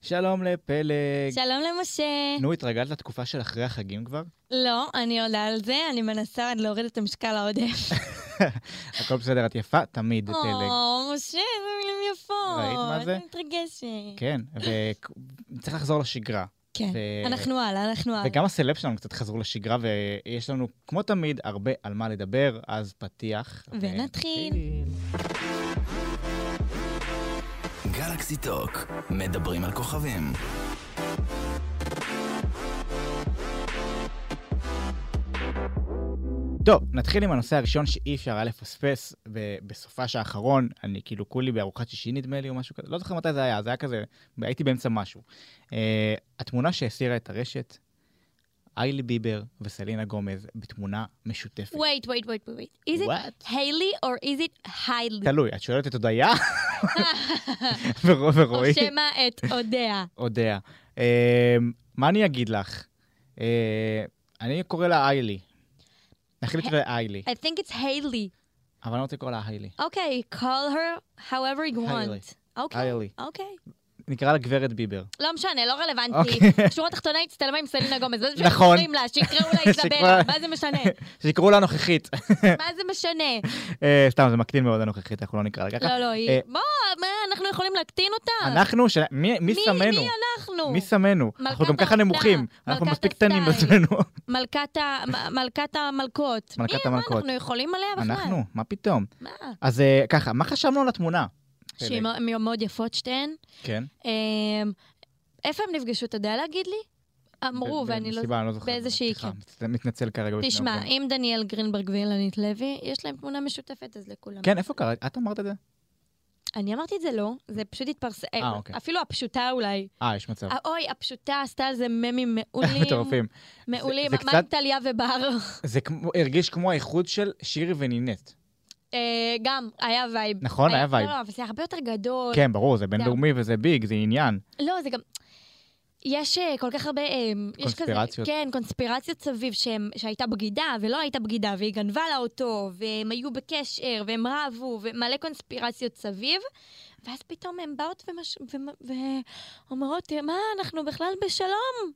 שלום לפלג. שלום למשה. נו, התרגלת לתקופה של אחרי החגים כבר? לא, אני עולה על זה, אני מנסה עד להוריד את המשקל העודף. הכל בסדר, את יפה תמיד, פלג. או, משה, איזה מילים יפות. ראית מה זה? אני מתרגשת. כן, וצריך לחזור לשגרה. כן, ו- אנחנו הלאה, אנחנו הלאה. וגם הסלב שלנו קצת חזרו לשגרה, ויש לנו, כמו תמיד, הרבה על מה לדבר, אז פתיח. ונתחיל. גלקסי טוק, מדברים על כוכבים. טוב, נתחיל עם הנושא הראשון שאי אפשר היה לפספס ב- בסופש האחרון. אני כאילו כולי בארוחת שישי נדמה לי או משהו כזה, לא זוכר מתי זה היה, זה היה כזה, הייתי באמצע משהו. Uh, התמונה שהסירה את הרשת, איילי ביבר וסלינה גומז בתמונה משותפת. wait, wait, wait, wait. Is it What? היילי or is it היילי? תלוי, את שואלת את הודיה? ורוא- או ורועי? שמא את אודיה. הודיה. אה, מה אני אגיד לך? אה, אני קורא לה איילי. נחליט לה איילי, I think it's היילי. אבל אני לא רוצה לקרוא לה היילי. אוקיי, call her however you היילי. want. אוקיי, היילי. אוקיי. נקרא לה גברת ביבר. לא משנה, לא רלוונטי. אוקיי. שורה תחתונה הצטלמה עם סלינה גומז. לא נכון. שקוראים לה, שיקראו לה איזבלה, שיקרא- מה זה משנה? שיקראו לה נוכחית. מה זה משנה? אה, סתם, זה מקטין מאוד הנוכחית, אנחנו לא נקרא לה ככה. לא, לא, היא... אה, בוא, מה, אנחנו יכולים להקטין אותה? אנחנו, ש- מי מי מי- שמנו? מי אנחנו? מי שמנו? מלכת אנחנו גם ככה האופנה, נמוכים. אנחנו מלכת מספיק קטנים הסטייל. בעצמנו. מלכת ה- מ- מלכת המלכות. מלכת מי- המלכות. מה, אנחנו יכולים עליה בכלל? אנחנו, מה פתאום? מה? אז אה, ככה, מה חשבנו על התמונה? שהיא פלג. מאוד- מאוד יפות שתיהן. כן. אמ, איפה הם נפגשו? אתה יודע להגיד לי? אמרו, ב- אוקיי. ב- ואני לא... מסיבה, אני לא זוכר. באיזושהי... סליחה, כן. מצט- מתנצל כרגע. בפני תשמע, העובדים. אם דניאל גרינברג ואילנית לוי, יש להם תמונה משותפת, אז לכולם. כן, איפה קרה? את אמרת את זה? אני אמרתי את זה לא, זה פשוט התפרסם. אה, אוקיי. אפילו הפשוטה אולי. אה, יש מצב. אוי, הפשוטה עשתה על זה ממים מעולים. מטורפים. מעולים. זה מה קצת- עם טליה ובר? זה כמו- הרגיש כמו האיחוד של שירי ונינט. אה, גם, היה וייב. נכון, היה וייב. לא, לא, אבל זה הרבה יותר גדול. כן, ברור, זה בינלאומי וזה ביג, זה עניין. לא, זה גם... יש אה, כל כך הרבה... אה, יש כזה- קונספירציות. כן, קונספירציות סביב שהם, שהייתה בגידה ולא הייתה בגידה, והיא גנבה לה אותו, והם היו בקשר, והם רבו, ומלא קונספירציות סביב. ואז פתאום הן באות ומש... ו... ואומרות, מה, אנחנו בכלל בשלום?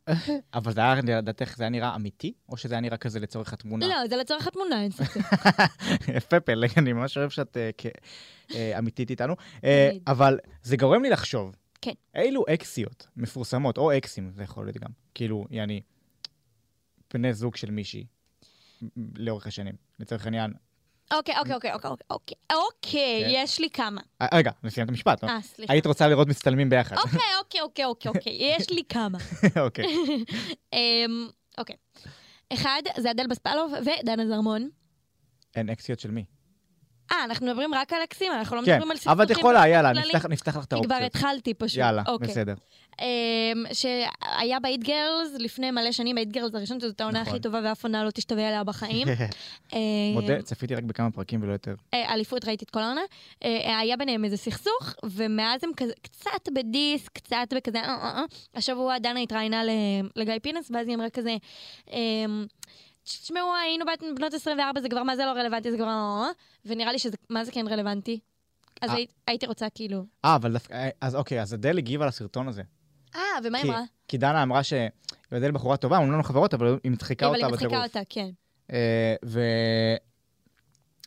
אבל זה היה, לדעתך, זה היה נראה אמיתי? או שזה היה נראה כזה לצורך התמונה? לא, זה לצורך התמונה, אין ספק. יפה פלג, אני ממש אוהב שאת אה, כ- אה, אמיתית איתנו. אה, תמיד. אבל זה גורם לי לחשוב. כן. אילו אקסיות מפורסמות, או אקסים, זה יכול להיות גם. כאילו, יעני, בני זוג של מישהי, לאורך השנים. לצורך העניין. אוקיי, אוקיי, אוקיי, אוקיי, אוקיי, אוקיי, כן. יש לי כמה. אה, רגע, נסיים את המשפט. לא? אה, סליחה. היית רוצה לראות מצטלמים ביחד. אוקיי, אוקיי, אוקיי, אוקיי, אוקיי, יש לי כמה. אוקיי. אמ, אוקיי. אחד, זה אדל בספלוב ודנה זרמון. אין אקסיות של מי? אה, אנחנו מדברים רק על אקסים, אנחנו לא כן, מדברים על סכסוכים. אבל את יכולה, יאללה, כללי. נפתח- נפתח לך את כי כבר האופציות. התחלתי פשוט. יאללה, אוקיי. בסדר. אמ, שהיה באיט גרלס לפני מלא שנים, באיט גרלס הראשון, שזאת העונה נכון. הכי טובה ואף עונה לא תשתווה עליה בחיים. אמ, מודה, צפיתי רק בכמה פרקים ולא יותר. אה, אליפות ראיתי את כל העונה. אה, היה ביניהם איזה סכסוך, ומאז הם כזה, קצת בדיס, קצת בכזה, אה, אה, אה. השבוע דנה התראיינה ל- לגיא פינס, ואז היא אמרה כזה, אמ, תשמעו, היינו בת- בנות 24, זה כבר מה זה לא רלוונטי, זה כבר... אה, אה, אה." ונראה לי שזה, מה זה כן רלוונטי? אז אה. הי- הייתי רוצה כאילו... אה, אבל דווקא, אה, אז אוקיי, אז אדל הגיבה לסרטון הזה. אה, ומה היא כי- אמרה? כי דנה אמרה שאדל בחורה טובה, אמנם לא חברות, אבל היא מצחיקה אבל אותה היא מצחיקה בטירוף. אותה, כן. אה, ו-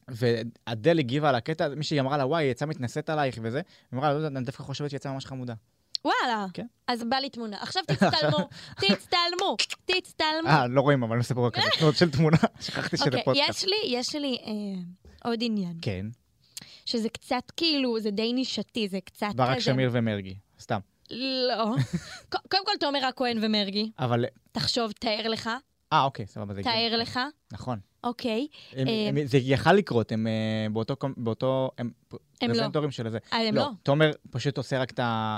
ואדל הגיבה על הקטע, הזה, מישהי אמרה לה, וואי, היא יצאה מתנשאת עלייך וזה, היא אמרה לה, לא יודעת, אני דווקא חושבת שהיא יצאה ממש חמודה. וואלה. כן. אז בא לי תמונה. עכשיו תצטלמו, תצטלמו, תצטלמו. אה, לא רואים, אבל אני עושה פה רק תמונות של תמונה, שכחתי שזה אוקיי, פודקאסט. יש לי, יש לי אה, עוד עניין. כן, שזה קצת כאילו, זה די נישתי, זה קצת כזה... ברק שמיר ומרגי, סתם. לא. ק- קודם כל, תומר הכהן ומרגי, אבל, תחשוב, תאר לך, אה, אוקיי, סבבה, זה הגיוני. תאר לך, נכון. אוקיי. הם- אה, הם- זה יכל לקרות, הם אה, באותו, קומ- באותו, הם הם לא. פרזנטורים של זה. אה, הם לא. תומר פשוט עושה רק את ה-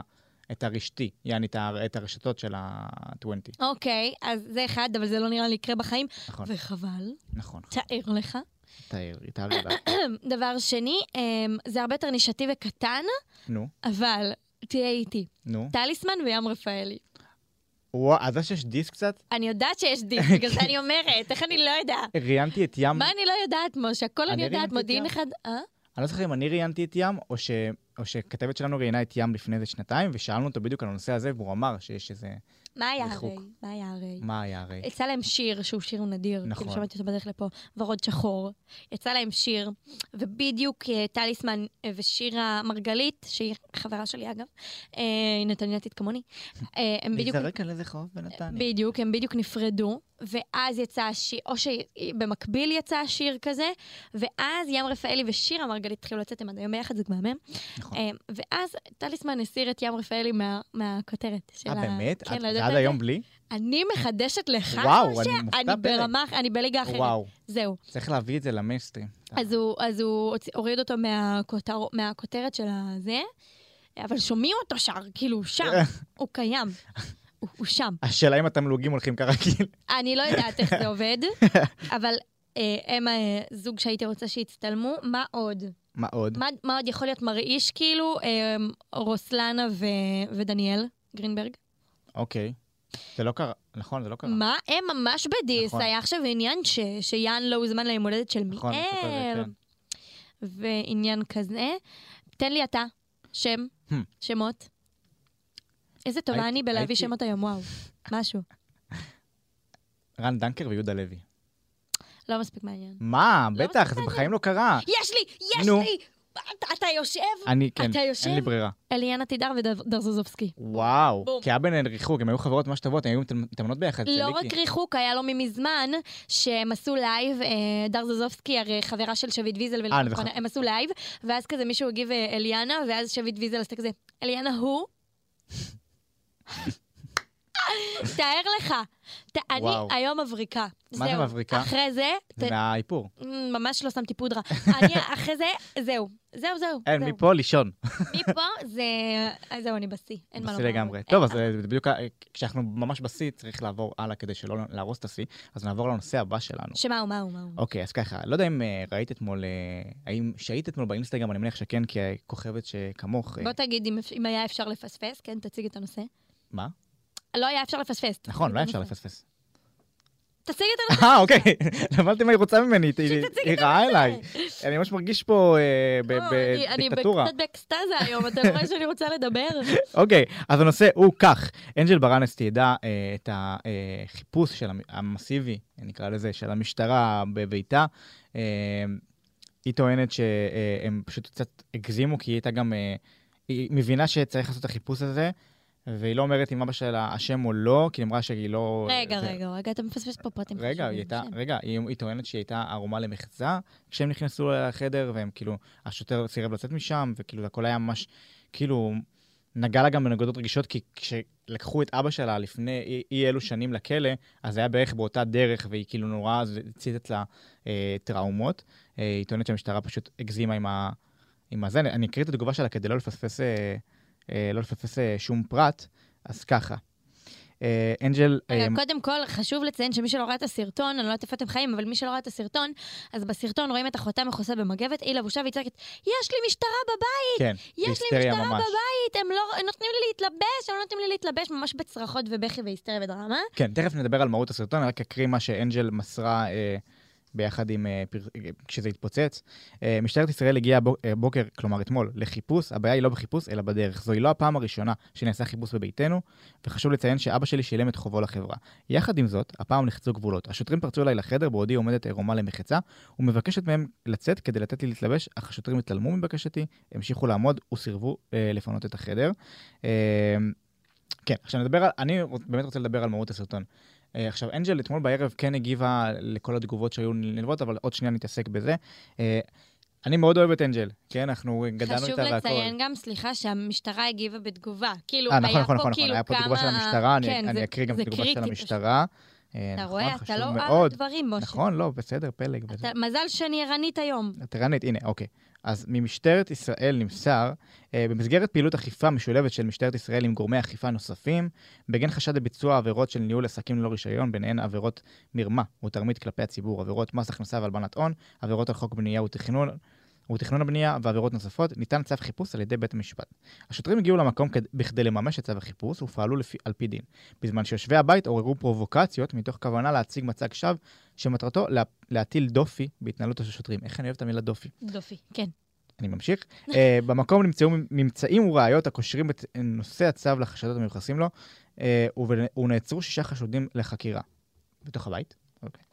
את הרשתי, יעני את ה- את הרשתות של ה-20. אוקיי, אז זה אחד, אבל זה לא נראה לי יקרה בחיים, נכון, וחבל, נכון. תאר לך. תאר, תאר, תאר. דבר שני, אמ, זה הרבה יותר נישתי וקטן, נו, אבל תהיה איתי. נו. טליסמן וים רפאלי. וואו, אז יש דיס קצת? אני יודעת שיש דיס, בגלל זה אני אומרת, איך אני לא יודעת? ראיינתי את ים, מה אני לא יודעת, משה? הכל אמ, אני אני יודעת, ראיינתי את מודיעין ים. אחד... אה? אני לא זוכר אם אני ראיינתי את ים, או ש... או שכתבת שלנו ראיינה את ים לפני איזה שנתיים, ושאלנו אותו בדיוק על הנושא הזה, והוא אמר שיש איזה... מה היה ריחוק. הרי? מה היה הרי? מה היה הרי? יצא להם שיר, שהוא שיר נדיר, נכון. נכון. כאילו שמעתי אותו בדרך לפה, ורוד שחור. יצא להם שיר, ובדיוק אה, טליסמן אה, ושירה מרגלית, שהיא חברה שלי אגב, אה, היא נתניאתית כמוני, אה, הם בדיוק... להיזרק על איזה חוב בנתניה. בדיוק, הם בדיוק נפרדו, ואז יצא השיר, או שבמקביל יצא השיר כזה, ואז ים רפאלי ושירה מרגלית התחילו לצאת, הם עד היום ביחד, זה מהמם. נכון. אה, ואז טליסמן הסיר את ים רפאלי מה- מהכותרת של אה, באמת? כן, את- לא יודעת ועד מה היום זה. בלי? אני מחדשת לך, וואו, משה, אני מופתע אני פלא. ברמה, אני בליגה אחרת. וואו, אה. זהו. צריך להביא את זה למיינסטרים. אז הוא, אז הוא הוציא- הוריד אותו מהכותר, מהכותרת של הזה, אבל שומעים אותו שר, כאילו, הוא שם, הוא קיים. הוא, הוא שם. השאלה אם התמלוגים הולכים כרגיל. אני לא יודעת איך זה עובד, אבל אה, הם אה, זוג שהייתי רוצה שיצטלמו. מה עוד? מה עוד? מה, מה עוד יכול להיות מרעיש, כאילו? אה, רוסלנה ו, ודניאל גרינברג. אוקיי. זה לא קרה, נכון, זה לא קרה. מה? הם ממש בדיס. נכון. היה עכשיו עניין ש, שיאן לא הוזמן ליום הולדת של נכון, אני זוכר את זה, מיאל. כן. ועניין כזה. תן לי אתה, שם, Hmm. שמות. איזה טובה הייתי- אני בלהביא הייתי- שמות היום, וואו. משהו. רן דנקר ויהודה לוי. לא מספיק מעניין. מה? לא בטח, זה מספיק בחיים לא קרה. יש לי! יש נו. לי! אתה- אתה יושב? אני, כן, אתה יושב? אין לי ברירה. אליאנה תידר ודרזוזובסקי. וואו, בום. כי היה ביניהן ריחוק, הן היו חברות ממש טובות, הן היו מת- מתאמנות ביחד. לא צליקי. רק ריחוק, היה לו ממזמן שהם עשו לייב, אה, דר זוזובסקי הרי חברה של שביט ויזל, אה, אני זוכר. ולכן הם עשו לייב, ואז כזה מישהו הגיב אה, אליאנה, ואז שביט ויזל עשתה כזה, אליאנה הוא? תאר לך, ת- אני וואו. היום מבריקה. מה זה זהו. מבריקה? אחרי זה, זה ת- מהאיפור. מ, ממש לא שמתי פודרה. אני אחרי זה, זהו. זהו, זהו. אין, זהו. מפה לישון. מפה זה... אז זהו, אני בשיא. אין מה לומר. בשיא לגמרי. אין- טוב, אז אה, זה בדיוק, ה- כשאנחנו ממש בשיא, צריך לעבור הלאה כדי שלא להרוס את השיא, אז נעבור לנושא הבא שלנו. שמה הוא, מה הוא, מה הוא. אוקיי, אז ככה, לא יודע אם אה, ראית אתמול, אה, האם שהיית אתמול באינסטגרם, אני מניח שכן, כי כוכבת שכמוך... אה, בוא תגיד אם אפ- אם היה אפשר לפספס, כן, תציג את הנושא. מה? לא היה אפשר לפספס. תציג נכון, את לא היה אפשר הנושא. לפספס. תציג את הנושא. אה, אוקיי. למדתי מה היא רוצה ממני, היא- שתציג היא את רעה הנושא. אליי. אני ממש מרגיש פה אה, ב- לא, אני- בדיקטטורה. אני קצת באקסטזה היום, אתה רואה שאני רוצה לדבר? אוקיי, אז הנושא הוא כך, אנג'ל ברנס תיעדה אה, את החיפוש של המ- המסיבי, נקרא לזה, של המשטרה בביתה. אה, היא טוענת שהם פשוט קצת הגזימו, כי היא הייתה גם... אה, היא מבינה שצריך לעשות את החיפוש הזה, והיא לא אומרת אם אבא שלה אשם או לא, כי היא אמרה שהיא לא... רגע, זה- רגע, רגע, אתה מפספס פה פרטים. רגע, היא חשובים, הייתה, שם. רגע, היא, היא טוענת שהיא הייתה ערומה למחצה כשהם נכנסו לחדר, והם כאילו, השוטר סירב לצאת משם, וכאילו הכל היה ממש, כאילו, נגע לה גם בנקודות רגישות, כי כשלקחו את אבא שלה לפני אי, אי אלו שנים לכלא, אז זה היה בערך באותה דרך, והיא כאילו נורא, אז הציתת לה אה, טראומות. אה, היא טוענת שהמשטרה פשוט הגזימה עם, ה, עם הזה. אני, אני אקריא את התגובה שלה כדי לא לפספס, אה, אה, לא לפספס אה, שום פרט, אז ככה. אה, אנג'ל... אה, רגע, קודם כל, חשוב לציין שמי שלא ראה את הסרטון, אני לא יודעת איפה אתם חיים, אבל מי שלא ראה את הסרטון, אז בסרטון רואים את אחותה מכוסה במגבת, היא לבושה והיא צועקת, יש לי משטרה בבית, כן, יש לי בהיסטריה משטרה ממש. בבית, הם לא הם נותנים לי להתלבש, הם לא נותנים לי להתלבש, ממש בצרחות ובכי והיסטריה ודרמה. כן, תכף נדבר על מהות הסרטון, אני רק אקריא מה שאנג'ל מסרה אה, ביחד עם... אה, פר... אה, כשזה התפוצץ. אה, משטרת ישראל הגיעה הבוק- אה, הבוקר, כלומר אתמול, לחיפוש, הבעיה היא לא בחיפוש, אלא בדרך. זוהי לא הפעם הראשונה שנעשה חיפוש בביתנו, וחשוב לציין שאבא שלי שילם את חובו לחברה. יחד עם זאת, הפעם נחצו גבולות. השוטרים פרצו אליי לחדר בעודי עומדת עירומה למחצה, ומבקשת מהם לצאת כדי לתת לי להתלבש, אך השוטרים התעלמו מבקשתי, המשיכו לעמוד וסירבו אה, לפנות את החדר. אה, כן, עכשיו נדבר על, אני רוצ- באמת רוצה לדבר על מהות הסרטון. אה, עכשיו, אנג'ל אתמול בערב כן הגיבה לכל התגובות שהיו נלוות, אבל עוד שנייה נתעסק בזה. אה, אני מאוד אוהב את אנג'ל, כן? אנחנו גדלנו חשוב איתה והכל. לציין גם, סליחה, שהמשטרה הגיבה בתגובה. כאילו, אה, היה נכון, פה נכון, נכון, כאילו היה פה תגובה של כמה- המשטרה, אני- כן, אני זה- אקריא גם זה את התגובה של קריטי המשטרה. אה, פשוט. אתה נכון, רואה? אתה חשוב לא על מאוד. הדברים, משה. נכון, לא, בסדר, פלג. וזה. אתה- מזל שאני ערנית היום. את ערנית, הנה, אוקיי. אז ממשטרת ישראל נמסר, אה, במסגרת פעילות אכיפה משולבת של משטרת ישראל עם גורמי אכיפה נוספים, בגין חשד לביצוע עבירות של ניהול עסקים ללא רישיון, ביניהן עבירות מרמה ותרמית כלפי הציבור, עבירות מס הכנסה והלבנת הון, עבירות על חוק בנייה ותכנון, ותכנון הבנייה ועבירות נוספות, ניתן צו חיפוש על ידי בית המשפט. השוטרים הגיעו למקום כד... בכדי לממש את צו החיפוש ופעלו לפי... על פי דין, בזמן שיושבי הבית עוררו פרובוקציות מתוך כוונה להציג מצג שווא שמטרתו לה... להטיל דופי בהתנהלות השוטרים. איך אני אוהב את המילה דופי. דופי, כן. אני ממשיך. אה, במקום נמצאו ממצאים וראיות הקושרים את נושא הצו לחשדות המיוחסים לו, אה, וב- ונעצרו שישה חשודים לחקירה. בתוך הבית? אוקיי.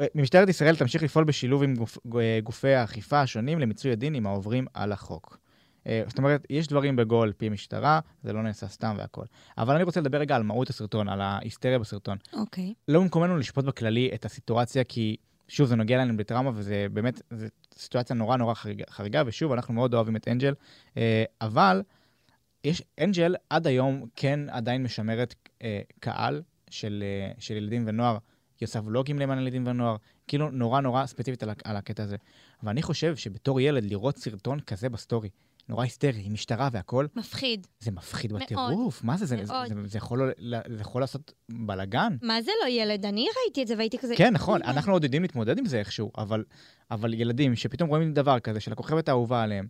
אה, משטרת ישראל תמשיך לפעול בשילוב עם גופ, אה, גופי האכיפה השונים למיצוי הדין עם העוברים על החוק. אה, זאת אומרת, יש דברים בגו על פי משטרה, זה לא נעשה סתם והכל. אבל אני רוצה לדבר רגע על מהות הסרטון, על ההיסטריה בסרטון. אוקיי. לא במקומנו לשפוט בכללי את הסיטואציה, כי שוב, זה נוגע לנו בטראומה, וזה באמת, זו סיטואציה נורא נורא חריגה, חריגה, ושוב, אנחנו מאוד אוהבים את אנג'ל, אה, אבל יש, אנג'ל עד היום כן עדיין משמרת אה, קהל של, אה, של ילדים ונוער, היא עושה ולוגים למען ילדים ונוער, כאילו נורא נורא ספציפית על, ה- על הקטע הזה. ואני חושב שבתור ילד לראות סרטון כזה בסטורי, נורא היסטרי, עם משטרה והכל, מפחיד. זה מפחיד מאוד. בטירוף. מה זה? זה, זה, מאוד. זה, זה, יכול, לא ל- זה יכול לעשות בלאגן. מה זה לא ילד? אני ראיתי את זה והייתי כזה... כן, נכון, "אימא". אנחנו עוד יודעים להתמודד עם זה איכשהו, אבל, אבל ילדים שפתאום רואים דבר כזה של הכוכבת האהובה עליהם,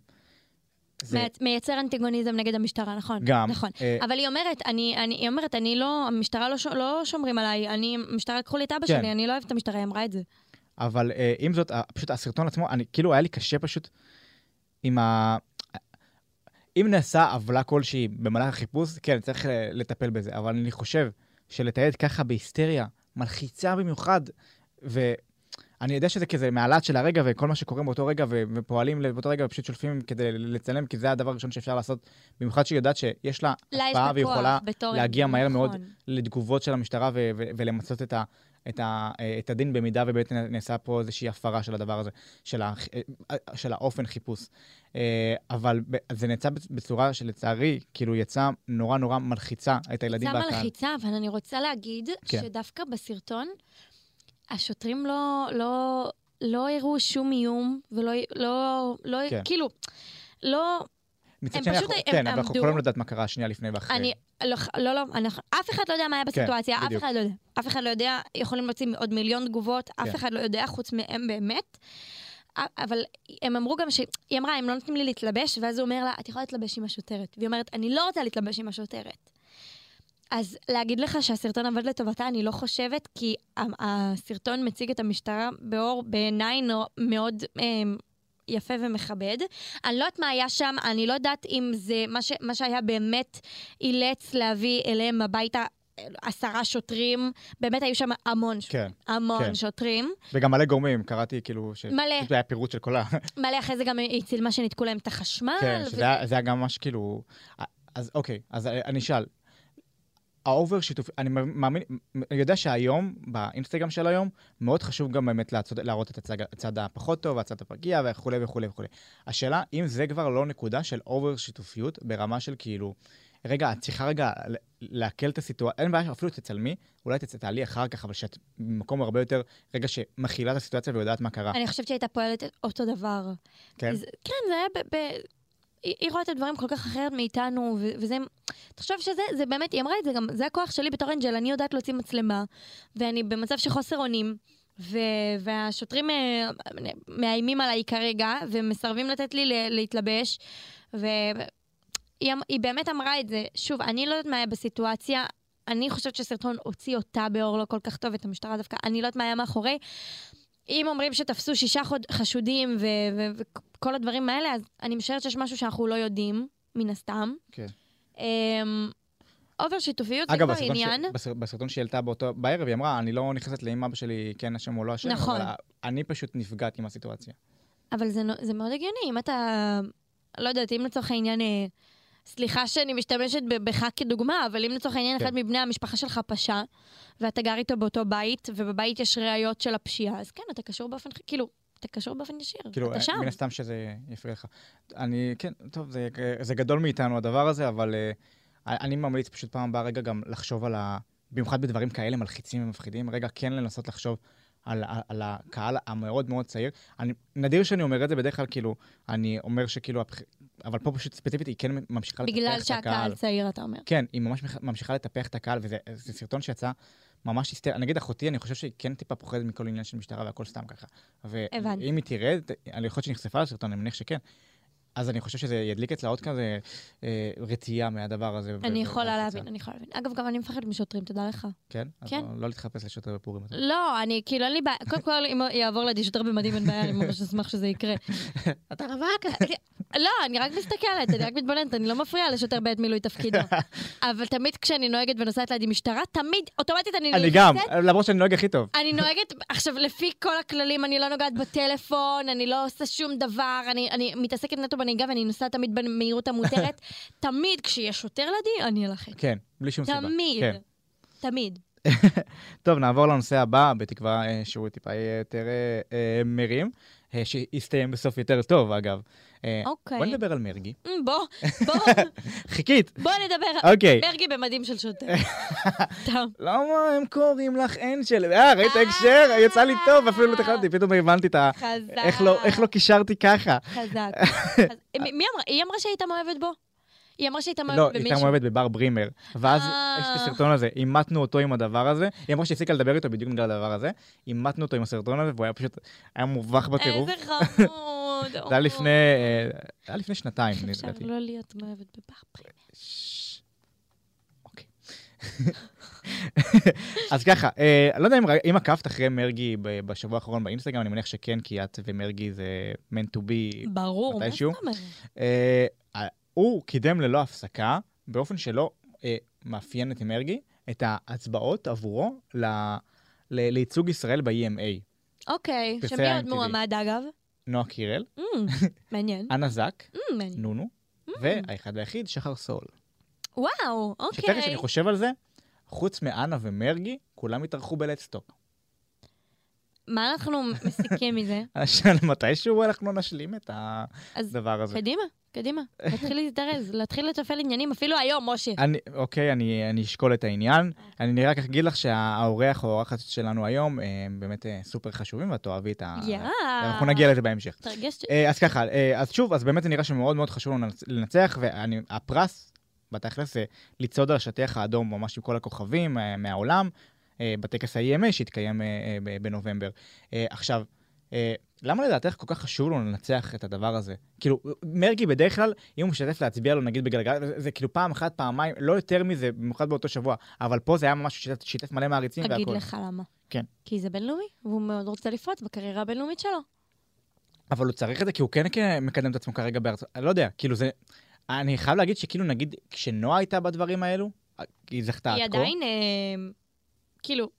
זה מייצ- מייצר אנטגוניזם נגד המשטרה, נכון. גם... נכון. אה, אבל היא אומרת, אני, אני, היא אומרת, אני לא, המשטרה לא, ש- לא שומרים עליי, אני, המשטרה לקחו לי את אבא כן. שלי, אני לא אוהבת את המשטרה, היא אמרה את זה. אבל אה, עם זאת, אה, פשוט הסרטון עצמו, אני, כאילו היה לי קשה פשוט עם ה... אם נעשה עוולה כלשהי במהלך החיפוש, כן, צריך אה, לטפל בזה, אבל אני חושב שלתעד ככה בהיסטריה, מלחיצה במיוחד, ואני יודע שזה כזה מהלהט של הרגע וכל מה שקורה באותו רגע, ו- ופועלים באותו רגע ופשוט שולפים כדי לצלם, כי זה הדבר הראשון שאפשר לעשות, במיוחד שהיא יודעת שיש לה לה יש השפעה את והיא הכוח יכולה בתור- להגיע מהר מאוד נכון. לתגובות של המשטרה ו- ו- ולמצות את, ה- את, ה- אה, את הדין במידה ובאמת נעשה פה איזושהי הפרה של הדבר הזה, של, ה- אה, של האופן חיפוש. אה, אבל ב- זה נעשה בצ- בצורה שלצערי, כאילו יצאה נורא נורא מלחיצה את הילדים זה והקהל. מלחיצה, אבל אני רוצה להגיד כן. שדווקא בסרטון, השוטרים לא, לא, לא הראו שום איום, ולא, לא, לא, כן. כאילו, לא, מצד הם שני, פשוט אנחנו, הם כן, אבל אנחנו עמדו- יכולים לדעת מה קרה שנייה לפני ואחרי. אני, לא, לא, לא, אנחנו, אף אחד לא יודע מה היה בסיטואציה, אף כן, בדיוק. אחד לא יודע. אף אחד לא יודע, יכולים להוציא עוד מיליון תגובות, כן. אף אחד לא יודע חוץ מהם באמת. א- אבל הם אמרו גם ש... היא אמרה, הם לא נותנים לי להתלבש, ואז הוא אומר לה, את יכולה להתלבש עם השוטרת. והיא אומרת, אני לא רוצה להתלבש עם השוטרת. אז להגיד לך שהסרטון עבד לטובתה, אני לא חושבת, כי ה- הסרטון מציג את המשטרה באור בעיניי נו- מאוד אמ, יפה ומכבד. אני לא יודעת מה היה שם, אני לא יודעת אם זה מה, ש, מה שהיה באמת אילץ להביא אליהם הביתה אה, עשרה שוטרים. באמת היו שם המון, שוטרים, כן, המון כן. שוטרים. וגם מלא גורמים, קראתי כאילו, ש... מלא. פשוט היה פירוט של כל ה... מלא אחרי זה גם היא צילמה שניתקו להם את החשמל. כן, שזה היה- זה היה גם ממש כאילו... אז אוקיי, אז אני אשאל. האובר שיתוף, אני מאמין, אני יודע שהיום, באינסטגרם של היום, מאוד חשוב גם באמת לעשות, להראות את הצד, הצד הפחות טוב, הצד הפגיע וכולי וכולי וכולי. השאלה, אם זה כבר לא נקודה של אובר שיתופיות ברמה של כאילו, רגע, את צריכה רגע ל- לעכל את הסיטואציה, אין בעיה, אפילו תצלמי, אולי תצ- תעלי אחר כך, אבל שאת במקום הרבה יותר, רגע שמכילה את הסיטואציה ויודעת מה קרה. אני חושבת שהיא הייתה פועלת אותו דבר. כן? זה- כן, זה היה ב... ב... היא היא רואה את הדברים כל כך אחרת מאיתנו, ו- וזה... תחשוב שזה, זה באמת, היא אמרה את זה גם, זה הכוח שלי בתור אנג'ל, אני יודעת להוציא מצלמה, ואני במצב של חוסר אונים, ו- והשוטרים אה, מאיימים עליי כרגע, ומסרבים לתת לי ל- להתלבש, ו... היא, אמ- היא באמת אמרה את זה. שוב, אני לא יודעת מה היה בסיטואציה. אני חושבת שסרטון הוציא אותה באור לא כל כך טוב, את המשטרה דווקא, אני לא יודעת מה היה מאחורי. אם אומרים שתפסו שישה חוד, חשודים וכל ו- ו- כל הדברים האלה, אז אני משערת שיש משהו שאנחנו לא יודעים, מן הסתם. כן. אמ, אובר שיתופיות זה אגב, כבר בסרטון, עניין. ש... בסר- בסרטון שהיא העלתה באותו... בערב, היא אמרה, אני לא נכנסת לאם אבא שלי כן אשם או לא אשם, נכון. אבל אני פשוט נפגעתי מהסיטואציה. אבל זה, נו- זה מאוד הגיוני, אם אתה... לא יודעת, אם לצורך העניין... אה, סליחה שאני משתמשת ב- בך כדוגמה, אבל אם לצורך העניין כן. אחד מבני המשפחה שלך פשע, ואתה גר איתו באותו בית, ובבית יש ראיות של הפשיעה, אז כן, אתה קשור באופן... כאילו, אתה קשור באופן ישיר. כאילו, אתה שם. מן הסתם שזה יפריע לך. אני, כן, טוב, זה, זה גדול מאיתנו הדבר הזה, אבל אה, אני ממליץ פשוט פעם הבאה רגע גם לחשוב על ה... במיוחד בדברים כאלה מלחיצים ומפחידים, רגע כן לנסות לחשוב על, ה- על הקהל המאוד מאוד צעיר. אני, נדיר שאני אומר את זה, בדרך כלל כאילו, אני אומר שכאילו, הבח- אבל פה פשוט ספציפית היא כן ממשיכה לטפח את הקהל. בגלל שהקהל צעיר, אתה אומר. כן, היא ממש מח- ממשיכה לטפח את הקהל, וזה זה סרטון שיצא ממש היסטרי. נגיד אחותי, אני חושב שהיא כן טיפה פוחדת מכל עניין של משטרה והכל סתם ככה. הבנתי. ואם היא תראה, את- אני יכול להיות שהיא נחשפה לסרטון, אני מניח שכן. אז אני חושב שזה ידליק אצלה עוד כזה אה, רתיעה מהדבר הזה. ו- אני ו- יכולה והלחיצה. להבין, אני יכולה להבין. אגב, גם אני מפחדת משוטרים, תודה לך. כן? אז כן. לא- לא להתחפש לשוטר בפורים. הזה. לא, אני, כאילו, אין לי בעיה. קודם כל, אם יעבור לידי שוטר במדים, אין בעיה, אני ממש אשמח שזה יקרה. אתה רווק? לא, אני רק מסתכלת, אני רק מתבוננת, אני לא מפריעה לשוטר בעת מילוי תפקידו. אבל תמיד כשאני נוהגת ונוסעת ליד עם משטרה, תמיד, אוטומטית אני אני גם, נלחצת. למרות שאני נוהג הכי טוב. אני נוהגת, עכשיו, לפי כל הכללים, אני לא נוגעת בטלפון, אני לא עושה שום דבר, אני, אני מתעסקת נטו בנהיגה ואני נוסעת תמיד במהירות המותרת. תמיד כשיש שוטר לידי, אני אלחץ. כן, בלי שום סיבה. תמיד. כן. תמיד. טוב, נעבור לנושא הבא, בתקווה אה, שהוא טיפה יהיה יותר אה, אה, מרים, אה, שיסתיים בסוף יותר טוב, אגב. אה, אוקיי. בוא נדבר על מרגי. Mm, בוא, בוא, חיכית. בוא נדבר. אוקיי. מרגי במדים של שוטר. טוב. למה הם קוראים לך אנשל? אה, ראית הקשר? יצא לי טוב, אפילו לא תכננתי, פתאום הבנתי את ה... חזק. איך לא- איך לא קישרתי ככה? חזק. אז מ- מי אמרה? היא אמרה שהייתה מאוהבת בו? היא אמרה שהייתה לא, מאוהבת היא הייתה במישהו. מאוהבת בבר ברימר. ואז אה. יש את הסרטון הזה, אימתנו אותו עם הדבר הזה. היא אמרה שהפסיקה לדבר איתו בדיוק בגלל הדבר הזה. אימתנו אותו עם הסרטון הזה, והוא היה פשוט, היה מובך בטירוף. איזה חמוד. זה היה לפני, אוי, אה, היה לפני שנתיים, איך אפשר לדעתי. לא להיות מאוהבת בברברי? ש- אוקיי. אז ככה, אה, אני לא יודע אם רא- אם עקבת אחרי מרגי ב- בשבוע האחרון באינסטגרם, אני מניח שכן, כי את ומרגי זה meant to be. ברור, מה זאת מתישהו? אומרת? אה, ה- הוא קידם ללא הפסקה, באופן שלא אה, מאפיין את מרגי, את ההצבעות עבורו ל... ל- לייצוג ישראל ב-EMA. אוקיי, פרסי שמי עוד ה-MTV. מועמד אגב? נועה קירל, Mm, מעניין. אנה זק, Mm, מעניין. נונו, והאחד והיחיד, שחר סול. וואו, שתכף אוקיי. כשאני חושב על זה, חוץ מאנה ומרגי, כולם התארחו בלדסטוק. מה אנחנו מסיקים מזה? מתישהו אנחנו נשלים את אז הדבר הזה. קדימה, קדימה. להתחיל להזדרז, להתחיל לתפעל עניינים אפילו היום, משה. אני, אוקיי, אני, אני אשקול את העניין. אני רק אגיד לך שהאורח או האורחת שלנו היום הם באמת אה, סופר חשובים, ואת תאהבי את ה... יאה. אנחנו נגיע לזה בהמשך. תרגש ש... אה, אז ככה, אה, אז שוב, אז באמת זה נראה שמאוד מאוד חשוב לנו לנצ- לנצח, והפרס, בתכלס, זה לצעוד על השטיח האדום ממש עם כל הכוכבים אה, מהעולם, אה, בטקס ה-EMA שהתקיים אה, אה, ב- בנובמבר. אה, עכשיו, אה, למה לדעתך כל כך חשוב לו לנצח את הדבר הזה? כאילו, מרגי בדרך כלל, אם הוא משתתף להצביע לו נגיד בגלגל, זה, זה כאילו פעם אחת, פעמיים, לא יותר מזה, במיוחד באותו שבוע, אבל פה זה היה ממש שיתף, שיתף מלא מעריצים והכול. אגיד לך למה. כן. כי זה בינלאומי, והוא מאוד רוצה לפרוץ בקריירה הבינלאומית שלו. אבל הוא צריך את זה כי הוא כן כ- מקדם את עצמו כרגע בארצות, אני לא יודע, כאילו זה... אני חייב להגיד שכאילו נגיד כשנועה הייתה בדברים האלו, היא זכתה עד כה. היא עדיין, אה, כאילו,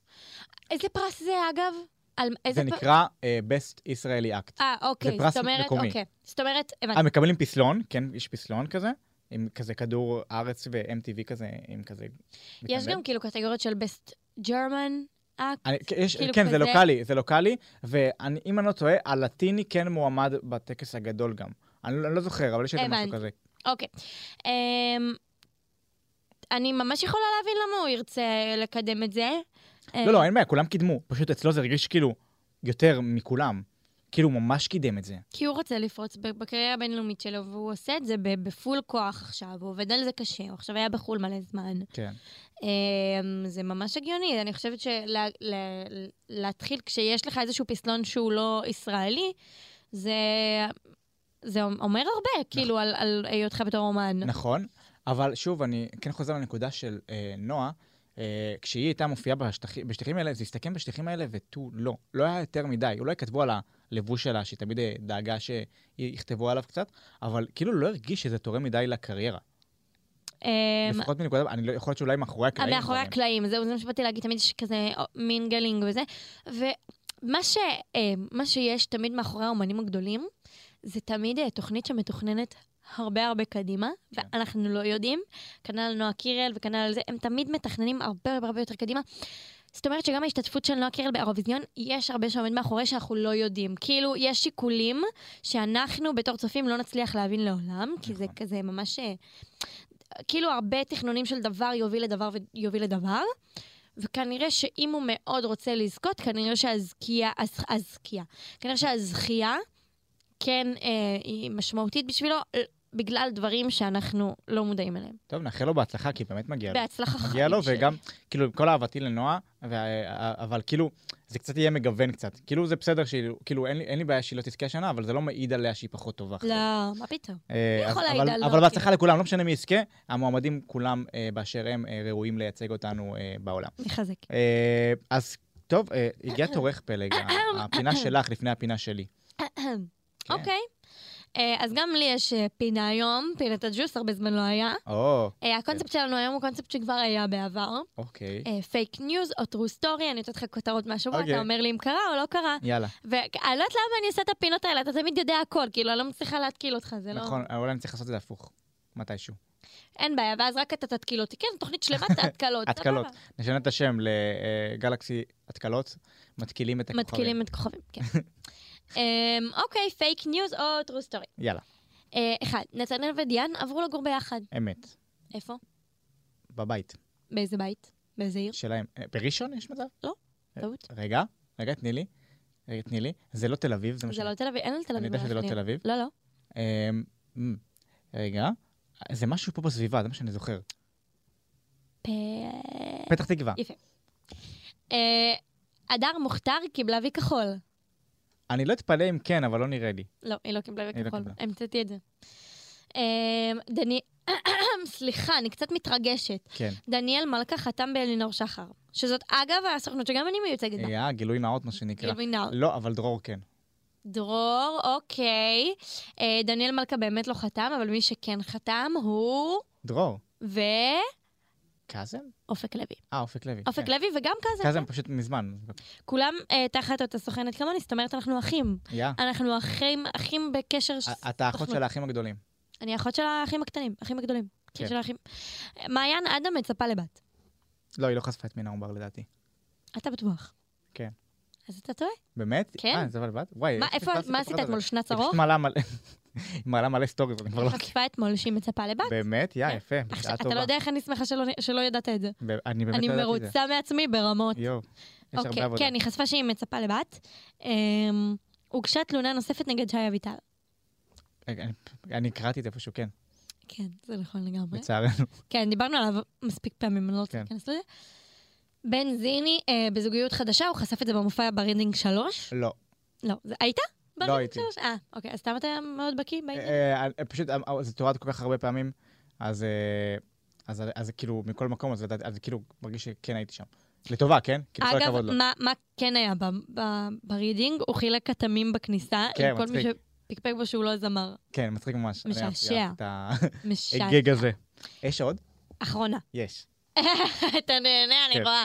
איזה פרס זה אגב? על איזה זה פר- נקרא אה, Best Israeli Act. אה, אוקיי, פרס זאת אומרת, מקומי. אוקיי. זאת אומרת, הבנתי. אה, מקבלים פסלון, כן, יש פסלון כזה, עם כזה כדור ארץ ו-MTV כזה, עם כזה... יש מתנדב. גם כאילו קטגוריות של best German act. אני, יש, כאילו כן, כזה- זה לוקאלי, זה לוקאלי, ואם אני לא טועה, הלטיני כן מועמד בטקס הגדול גם. אני, לא- אני לא זוכר, אבל יש איזה משהו הבנתי. כזה. אוקיי. אמ, אני ממש יכולה להבין למה הוא ירצה לקדם את זה. אה, לא, לא, אין בעיה, כולם קידמו. פשוט אצלו זה הרגיש כאילו יותר מכולם. כאילו, הוא ממש קידם את זה. כי הוא רוצה לפרוץ ב- בקריירה הבינלאומית שלו, והוא עושה את זה ב- בפול כוח עכשיו, הוא עובד על זה קשה, הוא עכשיו היה בחו"ל מלא זמן. כן. אמ, זה ממש הגיוני, אני חושבת שלהתחיל כשיש לך איזשהו פסלון שהוא לא ישראלי, זה, זה אומר הרבה, כאילו, על, על היותך בתור אומן. נכון, אבל שוב, אני כן חוזר לנקודה של אה, נועה. אה, כשהיא הייתה מופיעה בשטחים, בשטחים האלה, זה הסתכם בשטחים האלה ותו לא. לא היה יותר מדי. אולי כתבו על הלבוש שלה, שהיא תמיד אה, דאגה שיכתבו עליו קצת, אבל כאילו לא הרגיש שזה תורם מדי לקריירה. אמ, לפחות מנקודה, אני לא, יכול להיות שאולי מאחורי הקלעים. מאחורי דברים. הקלעים, זהו, זה מה שבאתי להגיד, תמיד יש כזה או, מין גלינג וזה. ומה ש, אה, מה שיש תמיד מאחורי האומנים הגדולים, זה תמיד אה, תוכנית שמתוכננת הרבה הרבה קדימה, כן. ואנחנו לא יודעים. כנ"ל נועה קירל וכנ"ל זה, הם תמיד מתכננים הרבה הרבה הרבה יותר קדימה. זאת אומרת שגם ההשתתפות של נועה קירל באירוויזיון, יש הרבה שעומד מאחורי שאנחנו לא יודעים. כאילו, יש שיקולים שאנחנו בתור צופים לא נצליח להבין לעולם, כי זה נכון. כזה ממש... אה, כאילו הרבה תכנונים של דבר יוביל לדבר ויוביל לדבר, וכנראה שאם הוא מאוד רוצה לזכות, כנראה שהזכייה, הז, הזכייה, כנראה שהזכייה כן אה, היא משמעותית בשבילו, אה, בגלל דברים שאנחנו לא מודעים אליהם. טוב, נאחל לו בהצלחה, כי באמת מגיע לו. בהצלחה חיים מגיע לו, שלי. וגם, כאילו, עם כל אהבתי לנועה, וה- אבל כאילו, זה קצת יהיה מגוון קצת. כאילו, זה בסדר, שהיא- כאילו, אין לי- אין לי בעיה שהיא לא תזכה השנה, אבל זה לא מעיד עליה שהיא פחות טובה. אחרי. לא, מה פתאום. אה, מי אז- יכול להעיד אבל- על לא, אבל כאילו? בהצלחה לכולם, לא משנה מי יזכה, המועמדים כולם אה, באשר הם אה, ראויים לייצג אותנו אה, בעולם. מחזק. אה, אז טוב, אה, הגיע תורך פלג, ה- הפינה שלך לפני הפינה שלי. כן. אוקיי. אה, אז גם לי יש אה, פינה היום, פינת הג'וס, הרבה זמן לא היה. או, אה, הקונספט שלנו היום הוא קונספט שכבר היה בעבר. כן. אה, אוקיי. פייק ניוז או טרו סטורי, אני נותנת לך כותרות מהשבוע, אוקיי. אתה אומר לי אם קרה או לא קרה. יאללה. ואני לא יודעת למה אני עושה את הפינות האלה, אתה תמיד יודע הכל, כאילו, אני לא מצליחה להתקיל אותך, זה לא... נכון, אולי אני צריך לעשות את זה הפוך. מתישהו. אין בעיה, ואז רק אתה תתקיל אותי. כן, תוכנית שלמה, אתה התקלות. התקלות. סבבה. נשנה את השם לגלקסי התקלות, מתקילים את הכוכבים. מתקילים את הכוכבים, כן. אמ, אוקיי, פייק ניוז או טרו סטורי. יאללה, אה, אחד, נתנאל ודיאן עברו לגור ביחד. אמת. איפה? בבית באיזה בית? באיזה עיר? שלהם. אה, בראשון יש מצב? אה, טעות. רגע, רגע, תני לי. רגע, תני לי. זה לא תל אביב, זה מה זה לא תל אביב, אין על תל אביב. אני יודע שזה לא אנחנו תל יודעים. אביב. לא, לא. אמ, אמ, רגע, זה משהו פה בסביבה, זה מה שאני זוכר. פ- פתח תקווה. אה, הדר מוכתר קיבלה וי כחול. אני לא אתפלא אם כן, אבל לא נראה לי. לא, היא לא קיבלה היא לא וכחול. קיבלה. המצאתי את זה. אמ, דני... סליחה, אני קצת מתרגשת. כן. דניאל מלכה חתם באלינור שחר. שזאת, אגב, הסוכנות שגם אני מיוצגת בה. אה, גילוי נאות, מה שנקרא. גילוי נאות. לא, אבל דרור כן. דרור, אוקיי. אה, דניאל מלכה באמת לא חתם, אבל מי שכן חתם הוא... דרור. ואופק קאזם? לוי. אה, אופק לוי. אופק כן. לוי וגם כזה. קאזם פשוט מזמן. כולם אה, תחת אותה סוכנת כמוני, זאת אומרת, אנחנו אחים. יא. אנחנו אחים, אחים בקשר... ש- א- אתה האחות של האחים הגדולים. אני אחות של האחים הקטנים, האחים הגדולים. כן. של האחים. מעיין אדם מצפה לבת. לא, היא לא חשפה את מינה עומבר לדעתי. אתה בטוח. כן. אז אתה טועה. באמת? כן. אה, זה אבל בת? וואי. מה, איך איפה, פספסתי את מה הפרט עשית הזה? אתמול? שנת היא צרור? פשוט מעלה מלא- היא מעלה מלא סטוריז, אני כבר לא... חשפה אתמול שהיא מצפה לבת. באמת? יא, כן. יפה, עכשיו, בשעה אתה לא טובה. יודע איך אני שמחה שלא, שלא ידעת את זה. ב- אני באמת אני לא ידעתי את זה. מרוצה מעצמי ברמות. יואו, יש הרבה אוקיי, עבודה. כן, היא חשפה שהיא מצפה לבת. אמ, הוגשה תלונה נוספת נגד שי אביטל. רגע, אני- אני קראתי את זה איפשהו, כן, כן, זה נכון לגמרי. לצערנו. כן, דיברנו עליו מספיק פעמים, אני לא רוצה כן. להיכנס לזה. בן זיני אה, בזוגיות חדשה, הוא חשף את זה במופע ברינדינג 3. לא. לא, זה- היית? לא ברינדינג הייתי. 3? אה, אוקיי, אז סתם אתה מאוד בקיא בעניין? אה, אה, פשוט, אה, אה, זה תורד כל כך הרבה פעמים, אז אה, אז- אז כאילו, מכל מקום, אז לדעתי- אז כאילו, מרגיש שכן הייתי שם. לטובה, כן? כאילו, כל אגב, הכבוד לו. מה- מה כן היה ב- ב- ברידינג? הוא חילק כתמים בכניסה, כן, עם כל מי מצחיק. שפקפק בו שהוא לא זמר. כן, מצחיק ממש. אני אהבתי, משעשע. אהבתי את ה- משעשע. הגג הזה. יש עוד? אחרונה. יש. אתה נהנה, אני כן. רואה.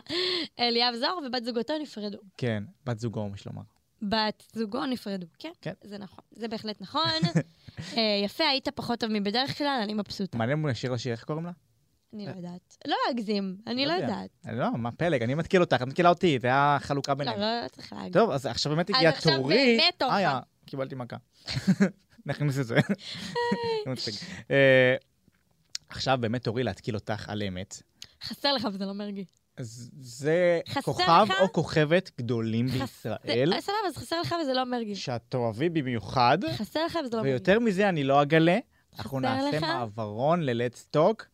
אליאב זוהר ובת זוגתו נפרדו. כן, בת זוגו, יש לומר. בת זוגו נפרדו, כן? כן. זה נכון, זה בהחלט נכון. אה, יפה, היית פחות טוב מבדרך כלל, אני מבסוטה. מעניין אם הוא ישיר לשיר, איך קוראים לה? אני לא יודעת. לא להגזים, אני לא אה. לא יודע. יודעת. לא, מה פלג, אני מתקיל אותך, את מתקילה אותי, זה היה חלוקה לא, ביניהם. לא צריך להגזים. טוב, אז עכשיו באמת אז הגיע עכשיו תורי. באמת תורך. אה, יא, קיבלתי מכה. נכניס את זה. לא מצחיק. אה, עכשיו באמת תורי להתקיל אותך על אמת. חסר לך וזה לא מרגיש. אז זה חסר כוכב לך? או כוכבת גדולים חסר- בישראל, אה, סבבה, אז חסר לך וזה לא מרגיש. שאת תאהבי במיוחד, חסר לך וזה לא מרגיש. ויותר מזה אני לא אגלה. אנחנו חסר נעשה לך? מעברון ל-let's talk,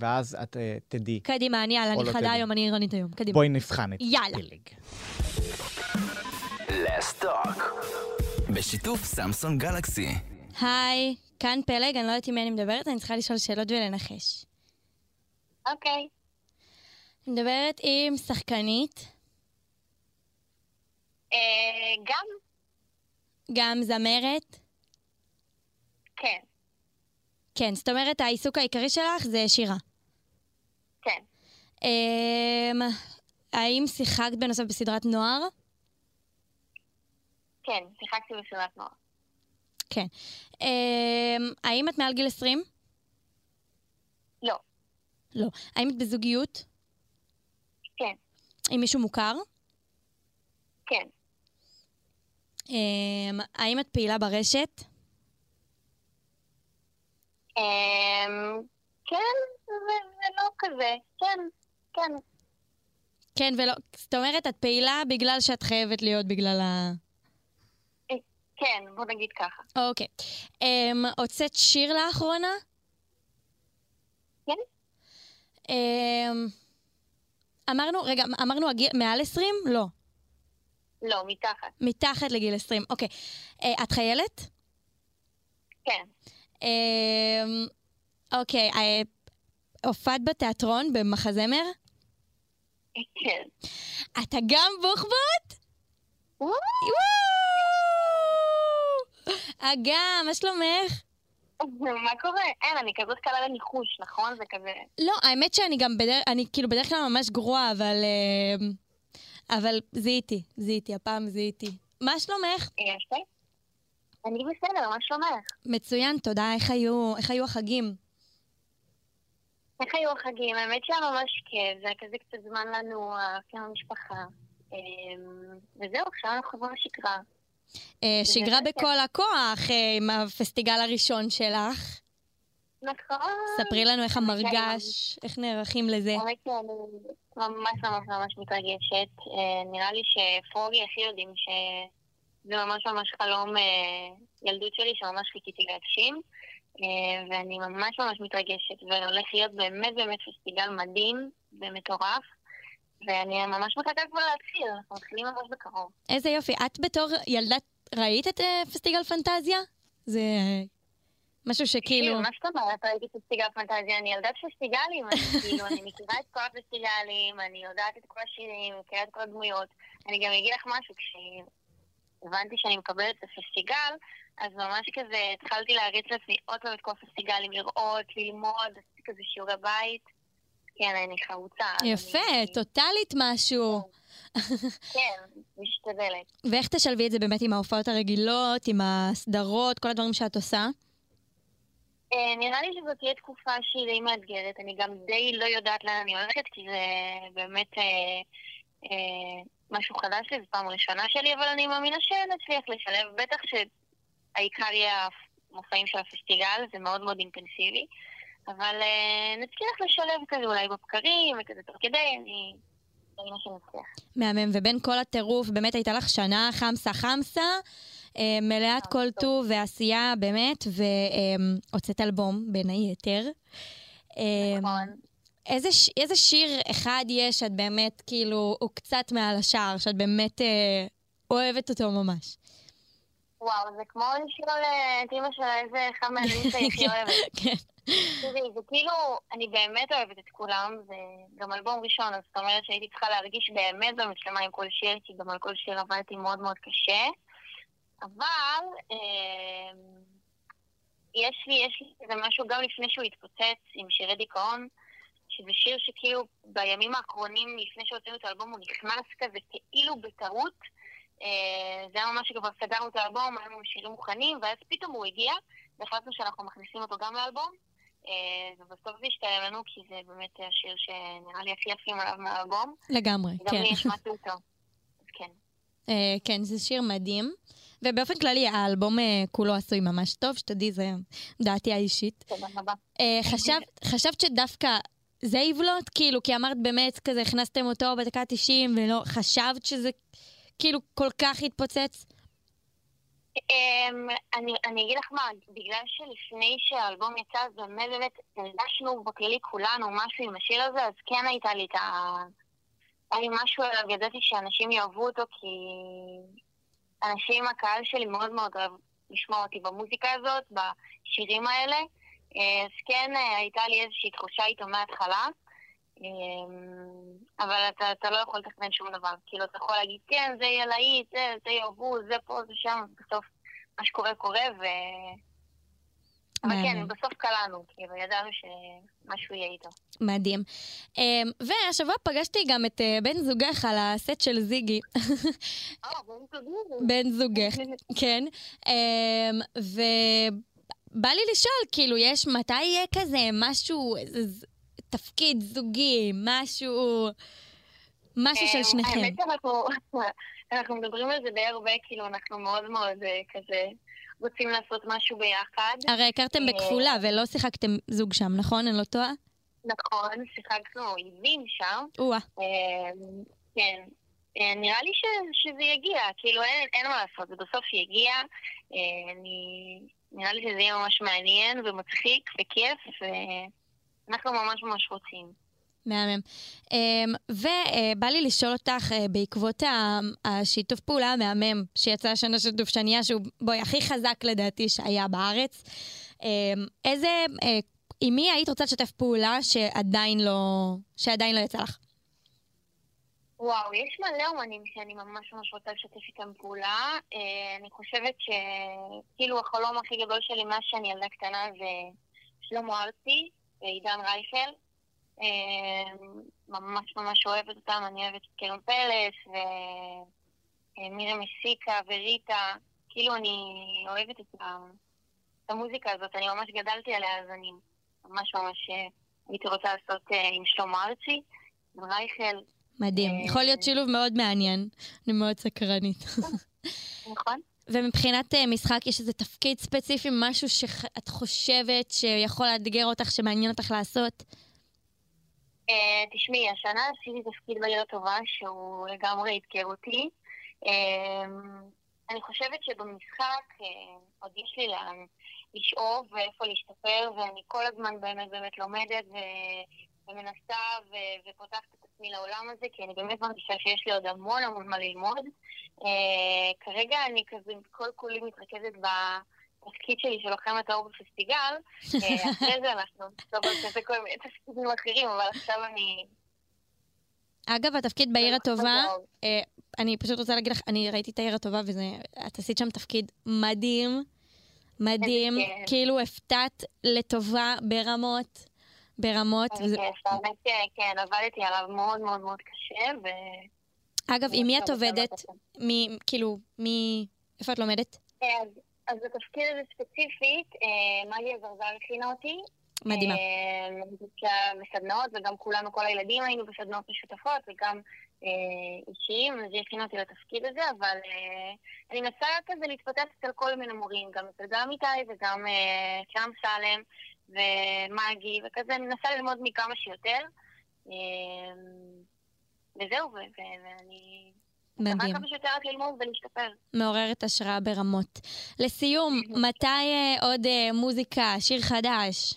ואז את אה, תדעי. קדימה, אני יאללה, או אני לא חדה תדעי. היום, אני עירונית היום. קדימה. בואי נבחן את יאללה. פלג. בשיתוף סמסון גלקסי. היי, כאן פלג, אני לא יודעת עם מי אני מדברת, אני צריכה לשאול שאלות ולנחש. אוקיי, אני מדברת עם שחקנית, אה, גם גם זמרת. כן, כן, זאת אומרת, העיסוק העיקרי שלך זה שירה. כן, אמ, האם שיחקת בנוסף בסדרת נוער? כן, שיחקתי בסדרת נוער. כן. אמ, האם את מעל גיל 20? לא, לא. האם את בזוגיות? כן, עם מישהו מוכר? כן, אמ, האם את פעילה ברשת? אה, כן, זה זה לא כזה, כן, כן, כן ולא. זאת אומרת, את פעילה בגלל שאת חייבת להיות בגלל ה... כן, בוא נגיד ככה. אוקיי. אמ, הוצאת שיר לאחרונה? כן. אמ, אמרנו, רגע, אמרנו הגיל- מעל 20? לא. לא, מתחת, מתחת לגיל 20. אוקיי. אה, את חיילת? כן, אמ, אוקיי. אה, הופעת בתיאטרון במחזמר? כן. אתה גם בוחבוט? וואו, וואו! אגה, מה שלומך? מה קורה? אין, אני כזאת קלה לניחוש, נכון? זה כזה... לא, האמת שאני גם בדרך, אני כאילו בדרך כלל ממש גרועה, אבל... אה, אבל זיהיתי, זיהיתי, הפעם זיהיתי. מה שלומך? אה, יפה. אני בסדר, מה שלומך? מצוין, תודה. איך היו, איך היו החגים? איך היו החגים? האמת שהיה ממש כיף, זה היה כזה קצת זמן לנוח, עם המשפחה. אמ, וזהו, עכשיו אנחנו חוזרים לשגרה. אה, שגרה באמת בכל הכוח אה, עם הפסטיגל הראשון שלך. נכון. ספרי לנו איך המרגש, ממש. איך נערכים לזה. האמת שאני ממש ממש ממש מתרגשת. אה, נראה לי שפרוגי הכי יודעים שזה ממש ממש חלום אה, ילדות שלי שממש חיכיתי להגשים. אה, ואני ממש ממש מתרגשת, והולך להיות באמת באמת פסטיגל מדהים ומטורף. ואני ממש מחכה כבר להתחיל, אנחנו מתחילים ממש בקרוב. איזה יופי. את בתור ילדה ראית את אה, פסטיגל פנטזיה? זה אה, משהו שכאילו... מה זאת אומרת? ראיתי פסטיגל פנטזיה, אני ילדת פסטיגלים, אני כאילו, אני מכירה את כל הפסטיגלים, אני יודעת את כל השירים, מכירה את כל הדמויות. אני גם אגיד לך משהו, כשהבנתי שאני מקבלת את הפסטיגל, אז ממש כזה התחלתי להריץ לעצמי עוד פעם את כל הפסטיגלים, לראות, ללמוד, עשיתי כזה שיעורי בית. כן, אני חרוצה. אז אני- יפה, טוטאלית משהו. כן, משתדלת. ואיך תשלבי את זה באמת עם ההופעות הרגילות, עם הסדרות, כל הדברים שאת עושה? אה, נראה לי שזאת תהיה תקופה שהיא די מאתגרת. אני גם די לא יודעת לאן אני הולכת, כי זה באמת אה, אה, משהו חדש לי, זו פעם ראשונה שלי, אבל אני מאמינה שנצליח לשלב. בטח שהעיקר יהיה המופעים של הפסטיגל, זה מאוד מאוד אינטנסיבי. אבל אה, נצליח לשלב כזה אולי בבקרים וכזה תוך כדי, אני מאמינה שנצליח. מהמם, ובין כל הטירוף, באמת הייתה לך שנה חמסה חמסה, אה, מלאת כל טוב ועשייה, באמת, והוצאת אלבום, בין היתר. אה, נכון. איזה, ש- איזה שיר אחד יש שאת באמת, כאילו, הוא קצת מעל השאר, שאת באמת אה, אוהבת אותו ממש? וואו, זה כמו לשאול אה, את אמא שלה איזה אחד מהדברים שאני הכי אוהבת. כן. תראי, זה כאילו, אני באמת אוהבת את כולם, זה גם אלבום ראשון, אז זאת אומרת שהייתי צריכה להרגיש באמת במצלמה עם כל שיר, כי גם על כל שיר עבדתי מאוד מאוד קשה. אבל אה, יש לי, יש לי איזה משהו גם לפני שהוא התפוצץ עם שירי דיכאון, שזה שיר שכאילו בימים האחרונים, לפני שהוצאנו את האלבום, הוא נכנס כזה כאילו בטעות. אה, זה היה ממש שכבר סגרנו את האלבום, היינו עם שירים מוכנים, ואז פתאום הוא הגיע, והחלטנו שאנחנו מכניסים אותו גם לאלבום. אה, ובסוף זה השתלם לנו, כי זה באמת השיר שנראה לי הכי יפים עליו מהאלבום. לגמרי, גם כן. לי השמעתי אותו. אז כן. אה, כן, זה שיר מדהים. ובאופן כללי, האלבום אה, כולו עשוי ממש טוב, שתדעי, זה דעתי האישית. תודה רבה. אה, חשבת, חשבת שדווקא זה יבלוט? כאילו, כי אמרת באמת, כזה הכנסתם אותו בדקה ה-90, ולא חשבת שזה כאילו כל כך יתפוצץ? אמ, אני, אני אגיד לך מה, בגלל שלפני שהאלבום יצא, אז באמת באמת הרגשנו בכללי כולנו משהו עם השיר הזה, אז כן הייתה לי את ה... היה לי משהו עליו, ידעתי שאנשים יאהבו אותו, כי אנשים, הקהל שלי מאוד מאוד אוהב לשמוע אותי במוזיקה הזאת, בשירים האלה. אה, אז כן, אה, הייתה לי איזושהי תחושה איתו מההתחלה. אמ, אבל אתה, אתה לא יכול לתכנן שום דבר. כאילו, אתה יכול להגיד, כן, זה יהיה להיט, זה, זה יאהבו, זה פה, זה שם, בסוף מה שקורה קורה, ו... אבל מעניין. כן, בסוף קלענו, כאילו, ידענו שמשהו יהיה איתו. מדהים. אה, והשבוע פגשתי גם את אה, בן זוגך על הסט של זיגי. אה, בואו תגידו. בן זוגך, כן. אמ, ובא לי לשאול, כאילו, יש, מתי יהיה כזה משהו, איזה ז- תפקיד זוגי, משהו, משהו של אמ, שניכם? האמת שאנחנו אנחנו מדברים על זה די הרבה, כאילו, אנחנו מאוד מאוד אה, כזה רוצים לעשות משהו ביחד. הרי הכרתם אה, בכפולה ולא שיחקתם זוג שם, נכון? אני לא טועה? נכון, שיחקנו עיבים שם. או-אה. אה, כן. אה, נראה לי ש, שזה יגיע, כאילו אין, אין מה לעשות, זה בסוף יגיע. אה, אני... נראה לי שזה יהיה ממש מעניין ומצחיק וכיף, ואנחנו ממש ממש רוצים. מהמם. אמ, ובא לי לשאול אותך, אה, בעקבות ה- השיתוף פעולה המהמם שיצא השנה של דובשניה, שהוא בואי הכי חזק לדעתי שהיה בארץ, אמ, איזה, אה, עם מי היית רוצה לשתף פעולה שעדיין לא, שעדיין לא יצא לך? אמ, וואו, יש מלא אומנים שאני ממש ממש רוצה לשתף איתם פעולה. אה, אני חושבת שכאילו החלום הכי גדול שלי מאז שאני ילדה קטנה זה שלמה ארצי ועידן רייכל. אה, ממש ממש אוהבת אותם, אני אוהבת את קרן פלס ומירי מסיקה וריטה. כאילו אני אוהבת את ה- את המוזיקה הזאת, אני ממש גדלתי עליה, אז אני ממש ממש אה, הייתי רוצה לעשות אה, עם שלמה ארצי, עם רייכל, מדהים. יכול להיות שילוב מאוד מעניין. אני מאוד סקרנית. נכון? ומבחינת אה, משחק, יש איזה תפקיד ספציפי, משהו שאת חושבת שיכול לאתגר אותך, שמעניין אותך לעשות? אה, תשמעי, השנה עשיתי תפקיד בעיר הטובה שהוא לגמרי אתגר אותי. אה, אני חושבת שבמשחק אה, עוד יש לי לאן לשאוב ואיפה להשתפר, ואני כל הזמן באמת באמת לומדת ו- ומנסה ו- ופותחת את עצמי לעולם הזה, כי אני באמת מרגישה שיש לי עוד המון המון מה ללמוד. אה, כרגע אני כזה כל כולי מתרכזת בתפקיד שלי של לוחמת האור בפסטיגל, אה, אחרי זה אנחנו נסתובב כזה כל מיני תפקידים אחרים, אבל עכשיו אני... אגב, התפקיד בעיר הטובה, בקרוב. אה, אני פשוט רוצה להגיד לך, אני ראיתי את העיר הטובה, וזה, את עשית שם תפקיד מדהים, מדהים, איזה כיף. כאילו הפתעת לטובה ברמות, ברמות. איזה וזה- כיף, האמת שכן, עבדתי עליו מאוד מאוד מאוד קשה, ו... לא אגב, עם מי את עובדת? אז מי, כאילו, מי... איפה את לומדת? אה, אז בתפקיד הזה ספציפית, אה, מגי עזרזר הכינה אותי. מדהימה. אה, בקבוצה- בסדנאות, וגם כולנו, כל הילדים היינו בסדנאות משותפות, וגם אה, אישיים, אז היא הכינה אותי לתפקיד הזה, אבל אה, אני מנסה כזה להתפתח אצל כל מיני מורים, גם אצל גם איתי וגם אה, שם סלם ומגי, וכזה, אני מנסה ללמוד מכמה שיותר. אה, וזהו, ו- ו- ואני... רק מדהים. כמה שיותר רק ללמוד ולהשתפר. מעוררת השראה ברמות. לסיום, מתי אה, עוד אה, מוזיקה, שיר חדש?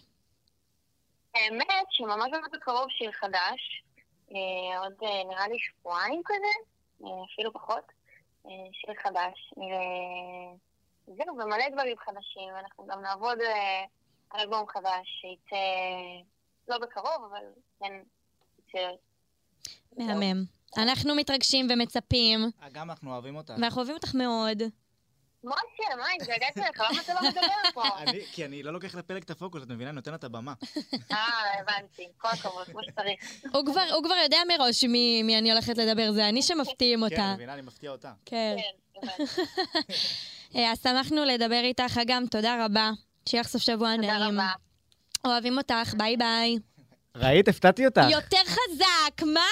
האמת שממש ממש בקרוב שיר חדש, אה, עוד אה, נראה לי שבועיים כזה, אה, אפילו פחות, אה, שיר חדש. וזהו, ומלא דברים חדשים, אנחנו גם נעבוד אה, על אלבום חדש שיצא לא בקרוב, אבל כן, יצא... מהמם. אנחנו מתרגשים ומצפים, אה, גם אנחנו אוהבים אותה. ואנחנו אוהבים אותך מאוד. משה, מה, התגעגעתי לך, למה אתה לא מדבר פה? אני- כי אני לא לוקח לפלג את הפוקוס, את מבינה? אני נותן לה את הבמה. אה, הבנתי, כל הכבוד, כמו שצריך. הוא כבר, הוא כבר יודע מראש מי, מי אני הולכת לדבר, זה אני שמפתיעים כן, אותה. את מבינה? אני מפתיע אותה. כן. כן, הבנתי. אה, אז שמחנו לדבר איתך, אגם, תודה רבה. שיהיה לך סוף שבוע נעים. תודה רבה. אוהבים אותך, ביי ביי. ראית? הפתעתי אותך. יותר חזק, מה?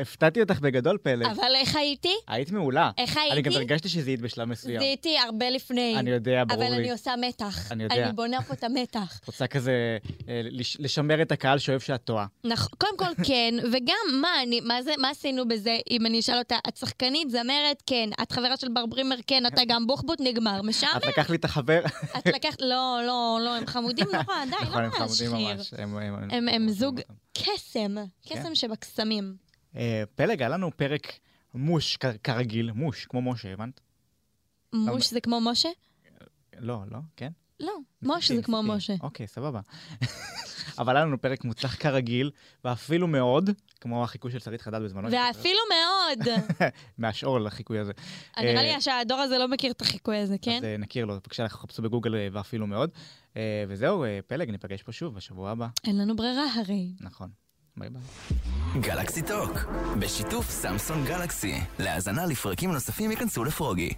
הפתעתי אותך בגדול, פלג. אבל איך הייתי? היית מעולה. איך אני גם הייתי? הרגשתי שזיהית בשלב מסוים. זיהיתי הרבה לפני. אני יודע, ברור אבל לי. אני עושה מתח. אני יודע. אני בונה פה את המתח. את רוצה כזה אה, לש- לשמר את הקהל שאוהב שאת טועה. נכון, קודם כל כן, וגם מה, אני, מה, זה, מה עשינו בזה, אם אני אשאל אותה, את שחקנית, זמרת, כן, את חברה של בר ברימר, כן, אתה גם בוחבוט, נגמר, משעמם, את לקחת לי את החבר. את לקחת, לא, לא, לא, הם חמודים נורא, די, נכון, לא הם חמודים להשחיר. ממש. הם- הם- הם- הם זוג אותם. קסם, קסם כן. שבקסמים. אה, פלג, היה לנו פרק מוש, כ- כרגיל, מוש, כמו משה, הבנת? מוש זה כמו משה? לא, לא, כן? לא, מוש זה ניסיתי, כמו ניסיתי. משה. אוקיי, סבבה. אבל היה לנו פרק מוצלח כרגיל, ואפילו מאוד, כמו החיקוי של שרית חדד בזמנו. אני זוכר. ואפילו מאוד. מהשאול לחיקוי הזה. נראה אה, לי שהדור הזה לא מכיר את החיקוי הזה, כן? אז אה, נכיר לו, בבקשה, חפשו בגוגל אה, ואפילו מאוד. אה, וזהו, אה, פלג, ניפגש פה שוב בשבוע הבא. אין לנו ברירה הרי. נכון. ביי ביי. גלקסי טוק, בשיתוף סמסון גלקסי. להאזנה לפרקים נוספים ייכנסו לפרוגי.